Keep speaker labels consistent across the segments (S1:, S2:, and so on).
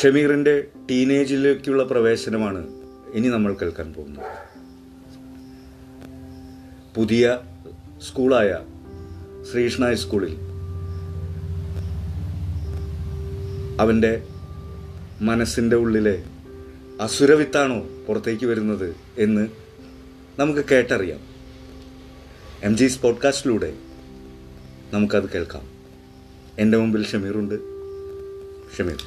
S1: ഷമീറിന്റെ ടീനേജിലേക്കുള്ള പ്രവേശനമാണ് ഇനി നമ്മൾ കേൾക്കാൻ പോകുന്നത് പുതിയ സ്കൂളായ ശ്രീകൃഷ്ണ ഹൈസ്കൂളിൽ അവൻ്റെ മനസ്സിൻ്റെ ഉള്ളിലെ അസുരവിത്താണോ പുറത്തേക്ക് വരുന്നത് എന്ന് നമുക്ക് കേട്ടറിയാം എം ജീസ് പോഡ്കാസ്റ്റിലൂടെ നമുക്കത് കേൾക്കാം എൻ്റെ മുമ്പിൽ ഷമീറുണ്ട് ഷമീർ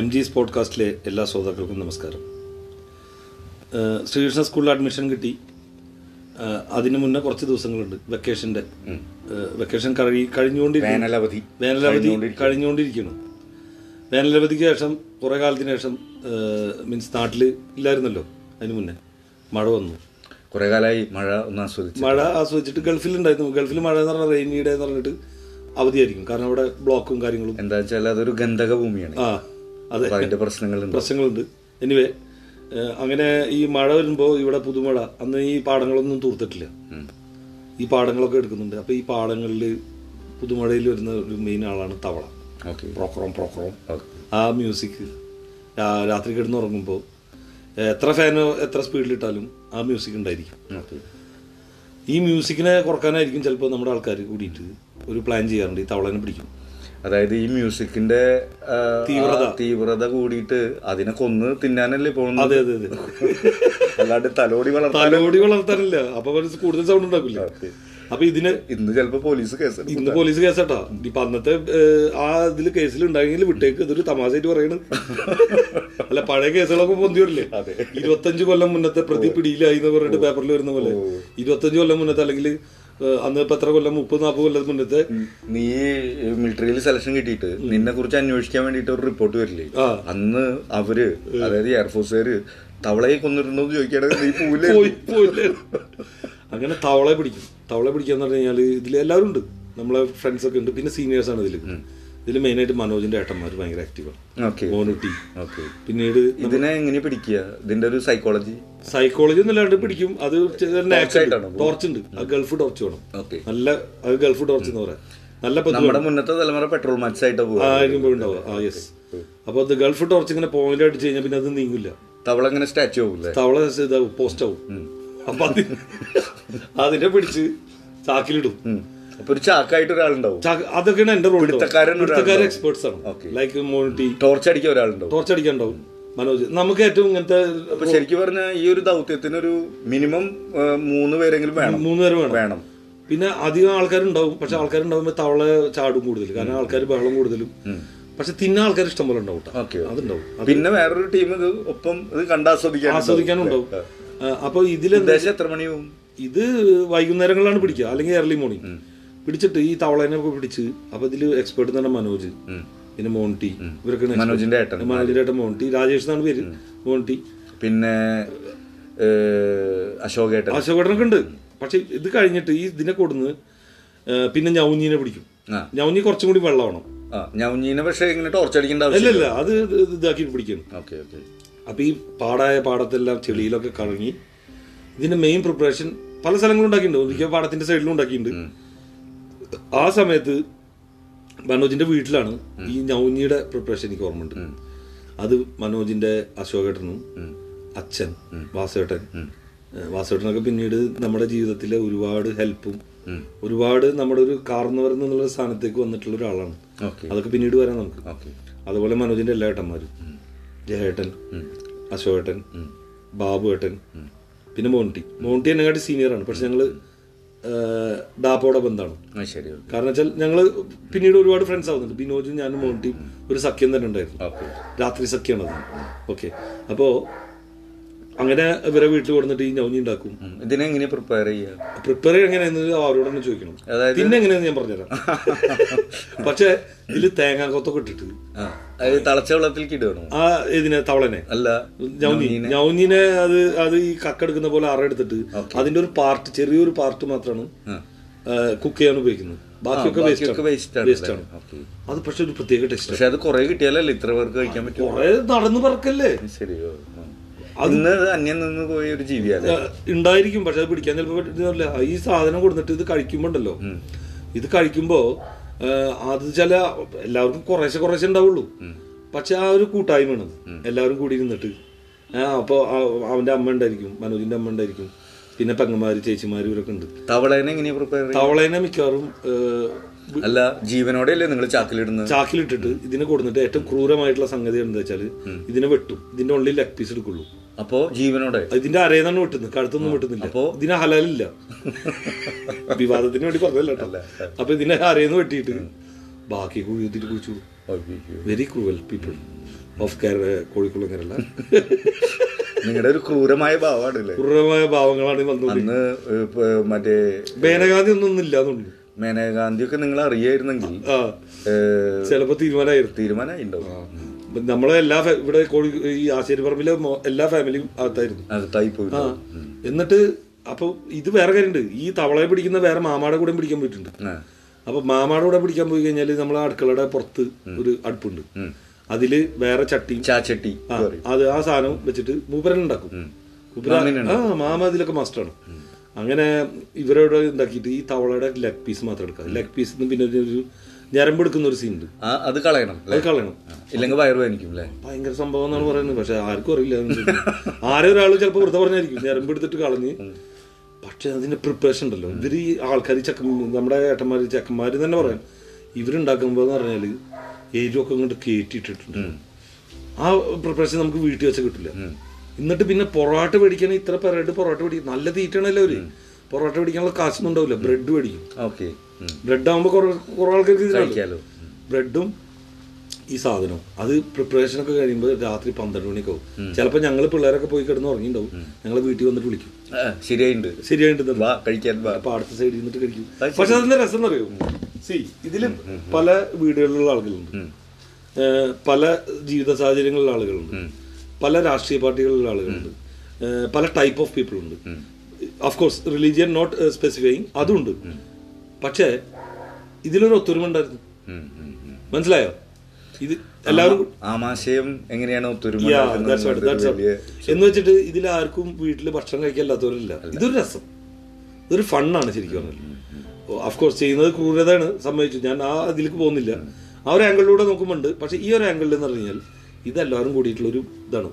S2: എം ജിസ് പോഡ്കാസ്റ്റിലെ എല്ലാ ശ്രോതാക്കൾക്കും നമസ്കാരം ഏഹ് ശ്രീകൃഷ്ണ സ്കൂളിൽ അഡ്മിഷൻ കിട്ടി ഏഹ് അതിനു മുന്നേ കുറച്ച് ദിവസങ്ങളുണ്ട് വെക്കേഷൻ്റെ ഏഹ് വെക്കേഷൻ കഴി കഴിഞ്ഞുകൊണ്ടിരിക്കുന്നു
S1: വേനലവധി
S2: വേനലവധി
S1: കഴിഞ്ഞുകൊണ്ടിരിക്കുന്നു.
S2: കഴിഞ്ഞുകൊണ്ടിരിക്കുന്നു വേനലവധിക്ക് ശേഷം കുറേ കാലത്തിന് ശേഷം മീൻസ് നാട്ടിൽ ഇല്ലായിരുന്നല്ലോ അതിന് മുന്നേ മഴ വന്നു
S1: കുറെ കാലമായി മഴ ഒന്ന് ആസ്വദിച്ചു
S2: മഴ ആസ്വദിച്ചിട്ട് ഗൾഫിലുണ്ടായിരുന്നു ഗൾഫിൽ മഴ എന്ന് പറഞ്ഞാൽ റെയിനി ഡേ എന്ന് പറഞ്ഞിട്ട് അവധിയായിരിക്കും കാരണം അവിടെ ബ്ലോക്കും കാര്യങ്ങളും
S1: എന്താ വെച്ചാൽ അതൊരു ഗന്ധക ഭൂമിയാണ്
S2: ആ അതെ
S1: അപ്പൊ അതിന്റെ പ്രശ്നങ്ങളുണ്ട്
S2: പ്രശ്നങ്ങളുണ്ട് എനിവേ അങ്ങനെ ഈ മഴ വരുമ്പോൾ ഇവിടെ പുതുമഴ അന്ന് ഈ പാടങ്ങളൊന്നും തൂർത്തിട്ടില്ല
S1: ഉം.
S2: ഈ പാടങ്ങളൊക്കെ എടുക്കുന്നുണ്ട് അപ്പോൾ ഈ പാടങ്ങളിൽ പുതുമഴയിൽ വരുന്ന ഒരു മെയിൻ ആളാണ് തവള
S1: ഓക്കെ
S2: പ്രോക്രോം പ്രോക്രോം ആ മ്യൂസിക് രാത്രി കിടന്ന് ഉറങ്ങുമ്പോൾ എത്ര ഫാനോ എത്ര സ്പീഡിലിട്ടാലും ആ മ്യൂസിക് ഉണ്ടായിരിക്കും
S1: ഓക്കെ
S2: ഈ മ്യൂസിക്കിനെ കുറക്കാനായിരിക്കും ചിലപ്പോൾ നമ്മുടെ ആൾക്കാർ കൂടിയിട്ട് ഒരു പ്ലാൻ ചെയ്യാറുണ്ട് ഈ തവളനെ പിടിക്കും
S1: അതായത് ഈ മ്യൂസിക്കിന്റെ ആ,
S2: തീവ്രത.
S1: ആ തീവ്രത കൂടിയിട്ട് അതിനെ കൊന്ന് തിന്നാനല്ലേ പോകുന്നത്
S2: അതെ അതെ അതെ
S1: അല്ലാണ്ട് തലോടി വളർത്താൻ
S2: തലോടി വളർത്താനില്ല അപ്പോൾ കൂടുതൽ സൗണ്ട് ഉണ്ടാക്കില്ല അപ്പോൾ ഇതിന്
S1: ഇന്ന് ചിലപ്പോ പോലീസ് കേസ് എടുക്കും.
S2: ഇന്ന് പോലീസ് കേസാട്ടാ ഇപ്പൊ അന്നത്തെ ഏഹ്, ആ ഇതില് കേസിലുണ്ടായെങ്കിൽ വിട്ടേക്ക് ഇതൊരു തമാശയായിട്ട് പറയണ് അല്ല പഴയ കേസുകളൊക്കെ പൊന്തി വരില്ലേ
S1: അതെ.
S2: ഇരുപത്തഞ്ച് കൊല്ലം മുന്നത്തെ പ്രതി പിടിയിലായി എന്ന് പറഞ്ഞിട്ട് പേപ്പറിൽ വരുന്ന പോലെ ഇരുപത്തഞ്ച് കൊല്ലം മുന്നത്തെ അല്ലെങ്കിൽ ഏഹ്, അന്ന് ഇപ്പൊ എത്ര കൊല്ലം മുപ്പത് നാൽപ്പത് കൊല്ലം മുന്നത്തെ
S1: നീ മിലിറ്ററിയിൽ സെലക്ഷൻ കിട്ടിയിട്ട് നിന്നെ കുറിച്ച് അന്വേഷിക്കാൻ വേണ്ടിയിട്ട് ഒരു റിപ്പോർട്ട് വരില്ലേ
S2: ആ.
S1: അന്ന് അവര് അതായത് എയർഫോഴ്സുകാര് തവളയെ കൊന്നിട്ടുണ്ടോ എന്ന് ചോദിക്കാതെ നീ പോവില്ലേ
S2: പോയി പോയില്ലേ അങ്ങനെ തവളെ പിടിക്കും തവളെ പിടിക്കാന്ന് പറഞ്ഞു കഴിഞ്ഞാൽ ഇതിൽ എല്ലാവരും ഉണ്ട് നമ്മളെ ഫ്രണ്ട്സ് ഒക്കെ ഉണ്ട് പിന്നെ സീനിയേഴ്സ് ആണ് ഇതിൽ ഇതിൽ മെയിനായിട്ട് മനോജിന്റെ ഏട്ടന്മാർ ഭയങ്കര ആക്റ്റീവാണ്
S1: ഓക്കെ
S2: മോനുട്ടി
S1: ഓക്കെ
S2: പിന്നീട്
S1: ഇതിനെ എങ്ങനെ പിടിക്കുക ഇതിന്റെ ഒരു സൈക്കോളജി
S2: സൈക്കോളജി ഒന്നും ഇല്ലാണ്ട് പിടിക്കും അത്
S1: ആയിട്ടാണോ?
S2: ടോർച്ച് ഉണ്ട് ആ ഗൾഫ് ടോർച്ച് വേണം
S1: ഓക്കെ
S2: നല്ല അത് ഗൾഫ് ടോർച്ച് എന്ന് പറയാം നല്ല പതിവ്
S1: നമ്മുടെ മുന്നത്തെ തലമുറ പെട്രോൾ മച്ച് ആയിട്ട് പോവുക
S2: ആയിരിക്കും പോയി ഉണ്ടാവുക ആ യെസ് അപ്പൊ അത് ഗൾഫ് ടോർച്ച് ഇങ്ങനെ പോയിന്റ് അടിച്ചു കഴിഞ്ഞാൽ പിന്നെ അത് നീങ്ങില്ല
S1: തവള ഇങ്ങനെ സ്റ്റാച്ചു ആവൂലേ
S2: തവള ഇതാവും പോസ്റ്റ് ആവും അപ്പൊ അത് അതിനെ പിടിച്ച് ചാക്കിലിടും
S1: ഉം. അപ്പൊ ഒരു ചാക്കായിട്ട് ഒരാളുണ്ടാവും
S2: ചാക്ക്- അതൊക്കെയാണ് എന്റെ റോൾ
S1: പിടുത്തക്കാരൻ ഒരാൾ
S2: പിടുത്തക്കാരൻ
S1: ഉണ്ടാവും.
S2: Experts
S1: Okay.
S2: ആണ് ലൈക്ക് മോണിറ്റി
S1: ടോർച്ച് അടിക്കുക ഒരാളുണ്ടാവും
S2: ടോർച്ച് അടിക്കാൻ ഉണ്ടാവും മനോജ് നമുക്ക് ഏറ്റവും ഇങ്ങനത്തെ
S1: അപ്പൊ ശരിക്കും പറഞ്ഞാൽ ഈ ഒരു ദൗത്യത്തിന് ഒരു മിനിമം ആ, മൂന്ന് പേരെങ്കിലും വേണം
S2: മൂന്ന് നേരം വേണം
S1: വേണം
S2: പിന്നെ അധികം ആൾക്കാരുണ്ടാവും പക്ഷെ ആൾക്കാരുണ്ടാവുമ്പോൾ തവള ചാടും കൂടുതൽ കാരണം ആൾക്കാർ ബഹളം കൂടുതലും പക്ഷെ തിന്ന ആൾക്കാർ ഇഷ്ടംപോലെ ഉണ്ടാവും ട്ടോ.
S1: ഓക്കെ
S2: അതുണ്ടാവും
S1: പിന്നെ വേറൊരു ടീം ഇത് ഒപ്പം ഇത് കണ്ട് ആസ്വദിക്കാൻ
S2: ആസ്വദിക്കാനും ഉണ്ടാവും അപ്പോൾ ഇതിൽ
S1: ഉദ്ദേശം എത്ര മണിയാവും
S2: ഇത് വൈകുന്നേരങ്ങളിലാണ് പിടിക്കുക അല്ലെങ്കിൽ ഏർലി മോർണിംഗ് പിടിച്ചിട്ട് ഈ തവളേനെ ഒക്കെ പിടിച്ച് അപ്പൊ ഇതിൽ എക്സ്പേർട്ട് തന്നെ മനോജ് പിന്നെ മോണ്ടി ഇവരൊക്കെ
S1: മനോജിന്റെ ഏട്ടൻ
S2: മനോജിന്റെ മോണ്ടി രാജേഷ് എന്നാണ് പേര് മോണ്ടി
S1: പിന്നെ ഏഹ്, അശോകേട്ടൻ
S2: അശോകടനൊക്കെ ഉണ്ട് പക്ഷെ ഇത് കഴിഞ്ഞിട്ട് ഈ ഇതിനെ കൊടുന്ന് ഏ, പിന്നെ ഞൗഞ്ഞീനെ പിടിക്കും
S1: ആ
S2: ഞൗഞ്ഞി കുറച്ചും കൂടി വെള്ളമാവണം
S1: ആ ഞവഞ്ഞീനെ പക്ഷെ ഇങ്ങനെ ടോർച്ച് അടിക്കേണ്ട
S2: അല്ല
S1: ആവശ്യം
S2: അല്ല അത് ഇത് ഇതാക്കി പിടിക്കുന്നു
S1: ഓക്കെ ഓക്കെ
S2: അപ്പോൾ ഈ പാടായ പാടത്തെല്ലാം ചെളിയിലൊക്കെ കറങ്ങി ഇതിന്റെ മെയിൻ പ്രിപ്പറേഷൻ പല സ്ഥലങ്ങളും ഉണ്ടാക്കിയിട്ടുണ്ട് ഒരിക്കൽ പാടത്തിന്റെ സൈഡിലും ഉണ്ടാക്കിയിട്ടുണ്ട് ആ സമയത്ത് മനോജിന്റെ വീട്ടിലാണ് ഈ ഞൗഞ്ഞിയുടെ പ്രിപ്പറേഷൻ എനിക്ക് ഓർമ്മയുണ്ട് അത് മനോജിന്റെ അശോകേട്ടനും അച്ഛൻ വാസേട്ടൻ ഏഹ് വാസേട്ടനൊക്കെ പിന്നീട് നമ്മുടെ ജീവിതത്തിലെ ഒരുപാട് ഹെൽപ്പും ഒരുപാട് നമ്മുടെ ഒരു കാർന്നവരെന്ന് എന്നുള്ള സ്ഥാനത്തേക്ക് വന്നിട്ടുള്ള ഒരാളാണ്
S1: ഓക്കെ
S2: അതൊക്കെ പിന്നീട് വരാം നമുക്ക്
S1: ഓക്കെ
S2: അതുപോലെ മനോജിന്റെ എല്ലാ ഏട്ടന്മാരും ജയേട്ടൻ അശോകേട്ടൻ ബാബു ഏട്ടൻ പിന്നെ മോണ്ടി മോണ്ടി എന്നെക്കാട്ടി സീനിയറാണ് പക്ഷെ ഞങ്ങള് ഏഹ്, ഡാപ്പോടെ ബന്ധമാണ്
S1: ആ ശരി ഓക്കെ
S2: കാരണം വെച്ചാൽ ഞങ്ങള് പിന്നീട് ഒരുപാട് ഫ്രണ്ട്സ് ആവുന്നുണ്ട് ബിനോജും ഞാനും മോണ്ടിയും ഒരു സഖ്യം തന്നെ ഉണ്ടായിരുന്നു
S1: ഓക്കെ
S2: രാത്രി സഖ്യമാണ് അത് ഓക്കെ അപ്പോൾ അങ്ങനെ ഇവരെ വീട്ടിൽ കൊടുത്തിട്ട് ഈ ഞൗഞ്ഞി ഉണ്ടാക്കും
S1: ഇതിനെങ്ങനെ പ്രിപ്പയർ ചെയ്യുക
S2: പ്രിപ്പയർ എങ്ങനെയാന്ന് അവരോട് തന്നെ ചോദിക്കണം
S1: അതായത്
S2: പിന്നെ എങ്ങനെയാന്ന് ഞാൻ പറഞ്ഞുതരാം പക്ഷെ ഇതില് തേങ്ങാക്കൊത്തൊക്കെ ഇട്ടിട്ട്
S1: ആ, അത് തളച്ച വെള്ളത്തിലേക്ക് ഇടണോ
S2: ആ ഇതിനെ തവളനെ
S1: അല്ല
S2: ഞൗനി ഞൗനിനെ അത് അത് ഈ കക്കെടുക്കുന്ന പോലെ അറയെടുത്തിട്ട് അതിന്റെ ഒരു പാർട്ട് ചെറിയൊരു പാർട്ട് മാത്രമാണ് കുക്ക് ചെയ്യാൻ ഉപയോഗിക്കുന്നത് ബാക്കിയൊക്കെ
S1: ഒക്കെ വേസ്റ്റ്
S2: വേസ്റ്റ്
S1: ആണ്
S2: വേസ്റ്റ് ആണ്
S1: ഓക്കെ
S2: അത് പക്ഷെ ഒരു പ്രത്യേക ടേസ്റ്റ്
S1: പക്ഷെ അത് കുറെ കിട്ടിയാലല്ലേ ഇത്ര പേർക്ക് കഴിക്കാൻ പറ്റും
S2: കുറെ നടന്നു പറക്കല്ലേ
S1: ശരി ഓ, ആ. ഇന്ന് അത് അന്യം നിന്ന് പോയ ഒരു ജീവിയാണ്
S2: ഏഹ്, ഉണ്ടായിരിക്കും പക്ഷെ അത് പിടിക്കാൻ ചിലപ്പോൾ പറ്റില്ല ഈ സാധനം കൊടുത്തിട്ട് ഇത് കഴിക്കുമ്പോണ്ടല്ലോ ഇത് കഴിക്കുമ്പോ ഏഹ്, അത് ചില എല്ലാവർക്കും കുറേശ്ശെ കുറേശ്ശെ ഉണ്ടാവുള്ളൂ പക്ഷെ ആ ഒരു കൂട്ടായ്മയാണ് അത്. എല്ലാവരും കൂടി ഇരുന്നിട്ട് ആ അപ്പോൾ അവന്റെ അമ്മ ഉണ്ടായിരിക്കും മനോജിന്റെ അമ്മ ഉണ്ടായിരിക്കും പിന്നെ പെങ്ങന്മാര് ചേച്ചിമാര് ഇവരൊക്കെ ഉണ്ട്
S1: തവളേനെ എങ്ങനെയാ പ്രിപ്പയർ
S2: തവളേനെ മിക്കവാറും ഏഹ്,
S1: അല്ല ജീവനോടെ അല്ലേ നിങ്ങൾ ചാക്കിലിടുന്നത്
S2: ചാക്കിലിട്ടിട്ട് ഇതിനെ കൊടുത്തിട്ട് ഏറ്റവും ക്രൂരമായിട്ടുള്ള സംഗതി എന്താ വെച്ചാൽ ഇതിനെ വെട്ടും ഇതിന്റെ ഉള്ളിൽ ലെഗ് പീസ് എടുക്കുള്ളൂ
S1: അപ്പോ ജീവനോടെ
S2: ഇതിന്റെ അരയെന്നാണ് വെട്ടുന്നത് കഴുത്തൊന്നും വെട്ടുന്നില്ല
S1: അപ്പോ?
S2: ഇതിന് ഹലാലില്ല വിവാദത്തിന് വേണ്ടി പറഞ്ഞല്ല കേട്ടോ അപ്പൊ ഇതിനെ അരയെന്ന് വെട്ടിയിട്ട് ബാക്കി കുഴിയത്തിൽ കുഴിച്ചു
S1: അയ്യോ.
S2: Very cruel people of Kerala Kozhikode Kerala
S1: നിങ്ങളുടെ ഒരു ക്രൂരമായ ഭാവമാണ് അല്ലേ
S2: ക്രൂരമായ ഭാവങ്ങളാണ് ഈ വന്നത്
S1: അന്ന് ഇപ്പൊ മറ്റേ
S2: ഭേനഗാന്ധി ഒന്നും ഇല്ല എന്നുള്ളു
S1: മേനകാന്തി ഒക്കെ നിങ്ങൾ അറിയായിരുന്നെങ്കിൽ
S2: ആ ചിലപ്പോ തീരുമാനമായിരുന്നു
S1: തീരുമാനമായി ഉണ്ടാവും
S2: നമ്മളെ എല്ലാ ഫെ- ഇവിടെ കോഴി ഈ ആശാരിപ്പറമ്പിലെ മൊ- എല്ലാ ഫാമിലിയും അകത്തായിരുന്നു
S1: അകത്തായി പോയി
S2: ആ. എന്നിട്ട് അപ്പൊ ഇത് വേറെ കാര്യമുണ്ട് ഈ തവളയെ പിടിക്കുന്ന വേറെ മാമാടെ കൂടെ പിടിക്കാൻ പോയിട്ടുണ്ട്
S1: ആ.
S2: അപ്പൊ മാമാടെ കൂടെ പിടിക്കാൻ പോയി കഴിഞ്ഞാൽ നമ്മളെ അടുക്കളയുടെ പുറത്ത് ഒരു അടുപ്പുണ്ട് അതില് വേറെ ചട്ടിയും
S1: ചാച്ചട്ടി
S2: ആ, അത് ആ സാധനം വെച്ചിട്ട് മൂപ്പരൻ ഉണ്ടാക്കും മൂപ്പര് ആ മാമ അതിലൊക്കെ മാസ്റ്ററാണ് അങ്ങനെ ഇവരോട് ഉണ്ടാക്കിയിട്ട് ഈ തവളയുടെ ലെഗ് പീസ് മാത്രം എടുക്കുക ലെഗ് പീസ് പിന്നെ ഒരു- ഒരു ഞരമ്പെടുക്കുന്ന ഒരു സീൻ ഉണ്ട്
S1: ആ അത് കളയണം അല്ലേ
S2: അത് കളയണം
S1: ഇല്ലെങ്കിൽ വയറ് വേനിക്കും അല്ലേ
S2: ഭയങ്കര സംഭവം എന്നാണ് പറയുന്നത് പക്ഷെ ആർക്കും അറിയില്ല എന്ന് ചോദിക്കും. ആരോ ഒരാൾ ചിലപ്പോൾ വെറുതെ പറഞ്ഞായിരിക്കും ഞരമ്പ് എടുത്തിട്ട് കളഞ്ഞ് പക്ഷെ അതിന്റെ പ്രിപ്പറേഷൻ ഉണ്ടല്ലോ ഇവർ ഈ ആൾക്കാർ ചക്ക നമ്മുടെ ഏട്ടന്മാർ ചക്കന്മാർ തന്നെ പറയാം ഇവരുണ്ടാക്കുമ്പോൾ എന്ന് പറഞ്ഞാൽ എരിവൊക്കെ ഇങ്ങോട്ട് കയറ്റിയിട്ടിട്ടുണ്ട് ആ പ്രിപ്പറേഷൻ നമുക്ക് വീട്ടിൽ വെച്ച കിട്ടില്ല എന്നിട്ട് പിന്നെ പൊറോട്ട മേടിക്കണ ഇത്ര പെരട്ട് പൊറോട്ട മേടിക്കും നല്ല തീറ്റയാണല്ലോ അവര് പൊറോട്ട മേടിക്കാനുള്ള കാശൊന്നും ഉണ്ടാവില്ല ബ്രെഡ് മേടിക്കും
S1: ഓക്കെ
S2: ബ്രെഡ് ആകുമ്പോൾ കുറേ കുറേ ആൾക്കാർക്ക് ഇതിനാണ്
S1: കഴിക്കാലോ
S2: ബ്രെഡും ഈ സാധനവും അത് പ്രിപ്പറേഷൻ ഒക്കെ കഴിയുമ്പോൾ രാത്രി പന്ത്രണ്ട് മണിയൊക്കെ ആവും ചിലപ്പോൾ ഞങ്ങൾ പിള്ളേരൊക്കെ പോയി കിടന്ന് ഉറങ്ങിയിട്ടുണ്ടാവും ഞങ്ങളെ വീട്ടിൽ വന്നിട്ട് വിളിക്കും
S1: ആ, ശരിയായിട്ടുണ്ട്
S2: ശരിയായിട്ട്
S1: വാ കഴിക്കാൻ വാ
S2: അപ്പൊ അടുത്ത സൈഡിൽ നിന്നിട്ട് കഴിക്കും
S1: അത്
S2: പക്ഷെ അതിന്റെ രസം അറിയോ സി ഇതിൽ പല വീടുകളിലുള്ള ആളുകളുണ്ട് ഏഹ് പല ജീവിത സാഹചര്യങ്ങളിലുള്ള ആളുകളുണ്ട് പല രാഷ്ട്രീയ പാർട്ടികളിലുള്ള ആളുകളുണ്ട് ഏഹ് പല ടൈപ്പ് ഓഫ് പീപ്പിൾ ഉണ്ട് കോഴ്സ് റിലീജിയൻ നോട്ട് സ്പെസിഫൈങ് അതുണ്ട് പക്ഷേ ഇതിലൊരു ഒത്തൊരുമ ഉണ്ടായിരുന്നു
S1: ഉം, ഉം, ഉം.
S2: മനസ്സിലായോ ഇത് എല്ലാവരും
S1: ആമാശയം എങ്ങനെയാണ് ഒത്തൊരുമ
S2: Yeah,
S1: ഉണ്ടാക്കുന്നത്
S2: that's right, that's
S1: എന്നുള്ളത്
S2: right.
S1: വലിയ
S2: എന്ന് വെച്ചിട്ട് ഇതിൽ ആർക്കും വീട്ടിൽ ഭക്ഷണം കഴിക്കാല്ലാത്തവരില്ല ഇതൊരു രസം ഇതൊരു ഫണ്ണാണ് ശരിക്കും പറഞ്ഞാൽ കോഴ്സ് ചെയ്യുന്നത് ക്രൂരതയാണ് സമ്മതിച്ചു ഞാൻ ആ ഇതിലേക്ക് പോകുന്നില്ല ആ ഒരു ആംഗിളിലൂടെ നോക്കുമ്പോണ്ട് പക്ഷെ ഈ ഒരു ആംഗിളിൽ എന്ന് പറഞ്ഞു കഴിഞ്ഞാൽ ഇതെല്ലാവരും കൂടിയിട്ടുള്ള ഒരു ഇതാണ്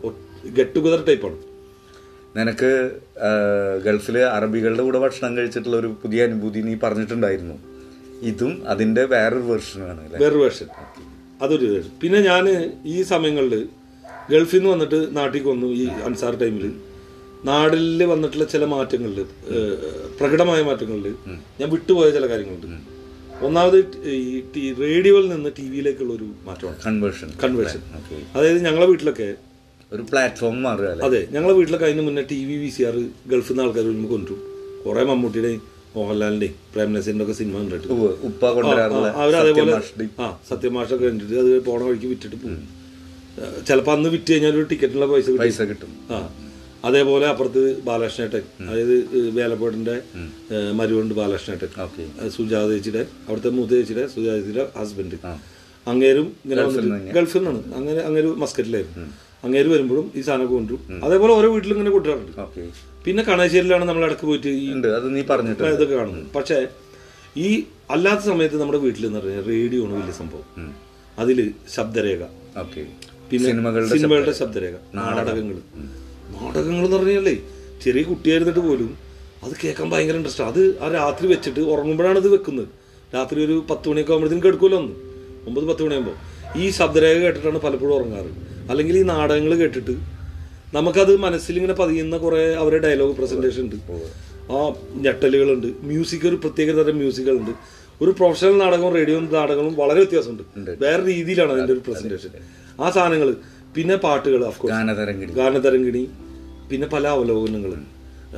S2: ഗെറ്റ് ടുഗദർ ടൈപ്പാണ്
S1: നിനക്ക് ആ, ഗൾഫിലെ അറബികളുടെ കൂടെ ഭക്ഷണം കഴിച്ചിട്ടുള്ള ഒരു പുതിയ അനുഭൂതി നീ പറഞ്ഞിട്ടുണ്ടായിരുന്നു ഇതും അതിന്റെ വേറൊരു വെർഷനാണ് അല്ലേ
S2: വേറൊരു വേർഷൻ അതൊരു വേർഷൻ പിന്നെ ഞാൻ ഈ സമയങ്ങളിൽ ഗൾഫിൽ നിന്ന് വന്നിട്ട് നാട്ടിലേക്ക് വന്നു ഈ അൻസാർ ടൈമിൽ നാടിൽ വന്നിട്ടുള്ള ചില മാറ്റങ്ങളിൽ പ്രകടമായ മാറ്റങ്ങളിൽ ഞാൻ വിട്ടുപോയ ചില കാര്യങ്ങളുണ്ട് ഒന്നാമത് ഈ റേഡിയോയിൽ നിന്ന് ടി വിയിലേക്കുള്ള ഒരു മാറ്റമാണ്
S1: കൺവേർഷൻ
S2: കൺവേർഷൻ
S1: ഓക്കെ
S2: അതായത് ഞങ്ങളെ വീട്ടിലൊക്കെ
S1: ഒരു പ്ലാറ്റ്ഫോം മാറുക അല്ലേ
S2: അതെ ഞങ്ങളെ വീട്ടിലൊക്കെ അതിന് മുന്നേ T V V C R ഗൾഫിൽ നിന്ന് ആൾക്കാർ വരുമ്പോൾ കൊണ്ടുവരും കുറേ മമ്മൂട്ടിയുടെയും മോഹൻലാലിൻ്റെയും പ്രേംനസീറിൻ്റെ ഒക്കെ സിനിമ കണ്ടിട്ട്
S1: ഉവ്വ് ഉപ്പ കൊണ്ടുവരാറുള്ള
S2: ആ, അവരതേപോലെ
S1: സത്യമാഷ്ടി.
S2: ആ സത്യമാഷൊക്കെ കണ്ടിട്ട് അത് പോണ വഴിക്ക് വിറ്റിട്ട് പോകും ചിലപ്പോൾ അന്ന് വിറ്റ് കഴിഞ്ഞാൽ ഒരു ടിക്കറ്റിനുള്ള പൈസ കിട്ടും
S1: പൈസ കിട്ടും
S2: ആ അതേപോലെ അപ്പുറത്ത് ബാലകൃഷ്ണേട്ടൻ അതായത് ഏഹ്, വേലപ്പാടിന്റെ ഏഹ്, മരുവുണ്ട് ബാലകൃഷ്ണേട്ടൻ
S1: ഓക്കെ
S2: ഏഹ്, സുജാത ചേച്ചിയുടെ അവിടുത്തെ മൂത്ത ചേച്ചിയുടെ സുജാത ചേച്ചിയുടെ ഹസ്ബൻഡ് അങ്ങേരും ഇങ്ങനെ വന്നിട്ട് ഗൾഫിൽ നിന്നാണ് അങ്ങനെ അങ്ങനെ മസ്കറ്റിലായിരുന്നു അങ്ങേര് വരുമ്പോഴും ഈ സാധനം കൊണ്ടുവരും അതേപോലെ ഓരോ വീട്ടിലും ഇങ്ങനെ കൊണ്ടുവരാറുണ്ട്
S1: ഓക്കെ
S2: പിന്നെ കണാശ്ശേരിയിലാണ് നമ്മൾ ഇടക്ക് പോയിട്ട് ഈ
S1: ഉണ്ട് അത് നീ പറഞ്ഞിട്ട്
S2: ഇതൊക്കെ കാണുന്നത് പക്ഷേ ഈ അല്ലാത്ത സമയത്ത് നമ്മുടെ വീട്ടിൽ എന്ന് പറഞ്ഞാൽ റേഡിയോ ആണ് വലിയ സംഭവം അതിൽ ശബ്ദരേഖ
S1: ഓക്കെ
S2: പിന്നെ
S1: സിനിമകളുടെ
S2: സിനിമകളുടെ ശബ്ദരേഖ നാടകങ്ങൾ നാടകങ്ങൾ എന്ന് പറഞ്ഞാലേ ചെറിയ കുട്ടിയായിരുന്നിട്ട് പോലും അത് കേൾക്കാൻ ഭയങ്കര ഇൻട്രസ്റ്റ് അത് ആ രാത്രി വെച്ചിട്ട് ഉറങ്ങുമ്പോഴാണ് ഇത് വെക്കുന്നത് രാത്രി ഒരു പത്ത് മണിയൊക്കെ ആകുമ്പോഴത്തേക്കും കേൾക്കുമല്ലോ ഒന്ന് ഒമ്പത് പത്ത് മണിയാകുമ്പോൾ ഈ ശബ്ദരേഖ കേട്ടിട്ടാണ് പലപ്പോഴും ഉറങ്ങാറ് അല്ലെങ്കിൽ ഈ നാടകങ്ങൾ കേട്ടിട്ട് നമുക്കത് മനസ്സിൽ ഇങ്ങനെ പതിയുന്ന കുറേ അവരുടെ ഡയലോഗ് പ്രസൻറ്റേഷൻ ഉണ്ട് ആ ഞെട്ടലുകളുണ്ട് മ്യൂസിക് ഒരു പ്രത്യേക തരം മ്യൂസിക്കുകളുണ്ട് ഒരു പ്രൊഫഷണൽ നാടകവും റേഡിയോ നാടകങ്ങളും വളരെ വ്യത്യാസമുണ്ട് വേറെ രീതിയിലാണ് അതിൻ്റെ ഒരു പ്രസൻറ്റേഷൻ ആ സാധനങ്ങൾ പിന്നെ പാട്ടുകൾ അഫ്കോഴ്സ്
S1: ഗാനതരംഗിടി
S2: ഗാനതരംഗിണി പിന്നെ പല അവലോകനങ്ങളും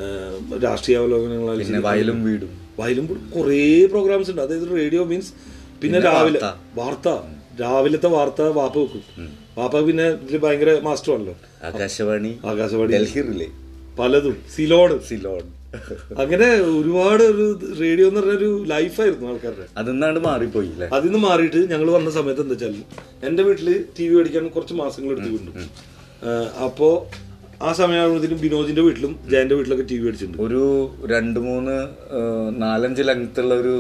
S2: ഏഹ് രാഷ്ട്രീയ അവലോകനങ്ങളായാലും
S1: പിന്നെ വയലും വീടും
S2: വയലും കുറേ പ്രോഗ്രാംസ് ഉണ്ട് അതായത് റേഡിയോ മീൻസ് പിന്നെ രാവിലെ വാർത്ത രാവിലത്തെ വാർത്ത വാപ്പ വെക്കും വാപ്പ പിന്നെ ഇതിൽ ഭയങ്കര മാസ്റ്റർ ആണല്ലോ
S1: ആകാശവാണി
S2: ആകാശവാണി
S1: ഡൽഹി റിലേ
S2: പലതും സിലോൺ
S1: സിലോൺ
S2: അങ്ങനെ ഒരുപാട് ഒരു റേഡിയോ എന്ന് പറഞ്ഞൊരു ലൈഫായിരുന്നു ആൾക്കാരുടെ
S1: അതിന്നാണ്ട് മാറിപ്പോയി അല്ലേ
S2: അതിൽ നിന്ന് മാറിയിട്ട് ഞങ്ങൾ വന്ന സമയത്ത് എന്താ വെച്ചാൽ എൻ്റെ വീട്ടിൽ ടി വി മേടിക്കാൻ കുറച്ച് മാസങ്ങൾ എടുത്തിട്ടുണ്ട് അപ്പോൾ ആ സമയമാകുമ്പോഴത്തേക്കും ബിനോദിന്റെ വീട്ടിലും ജയന്റെ വീട്ടിലൊക്കെ ടി വി മേടിച്ചിട്ടുണ്ട്
S1: ഒരു രണ്ട് മൂന്ന് ഏഹ്, നാലഞ്ച് length ഉള്ള ഒരു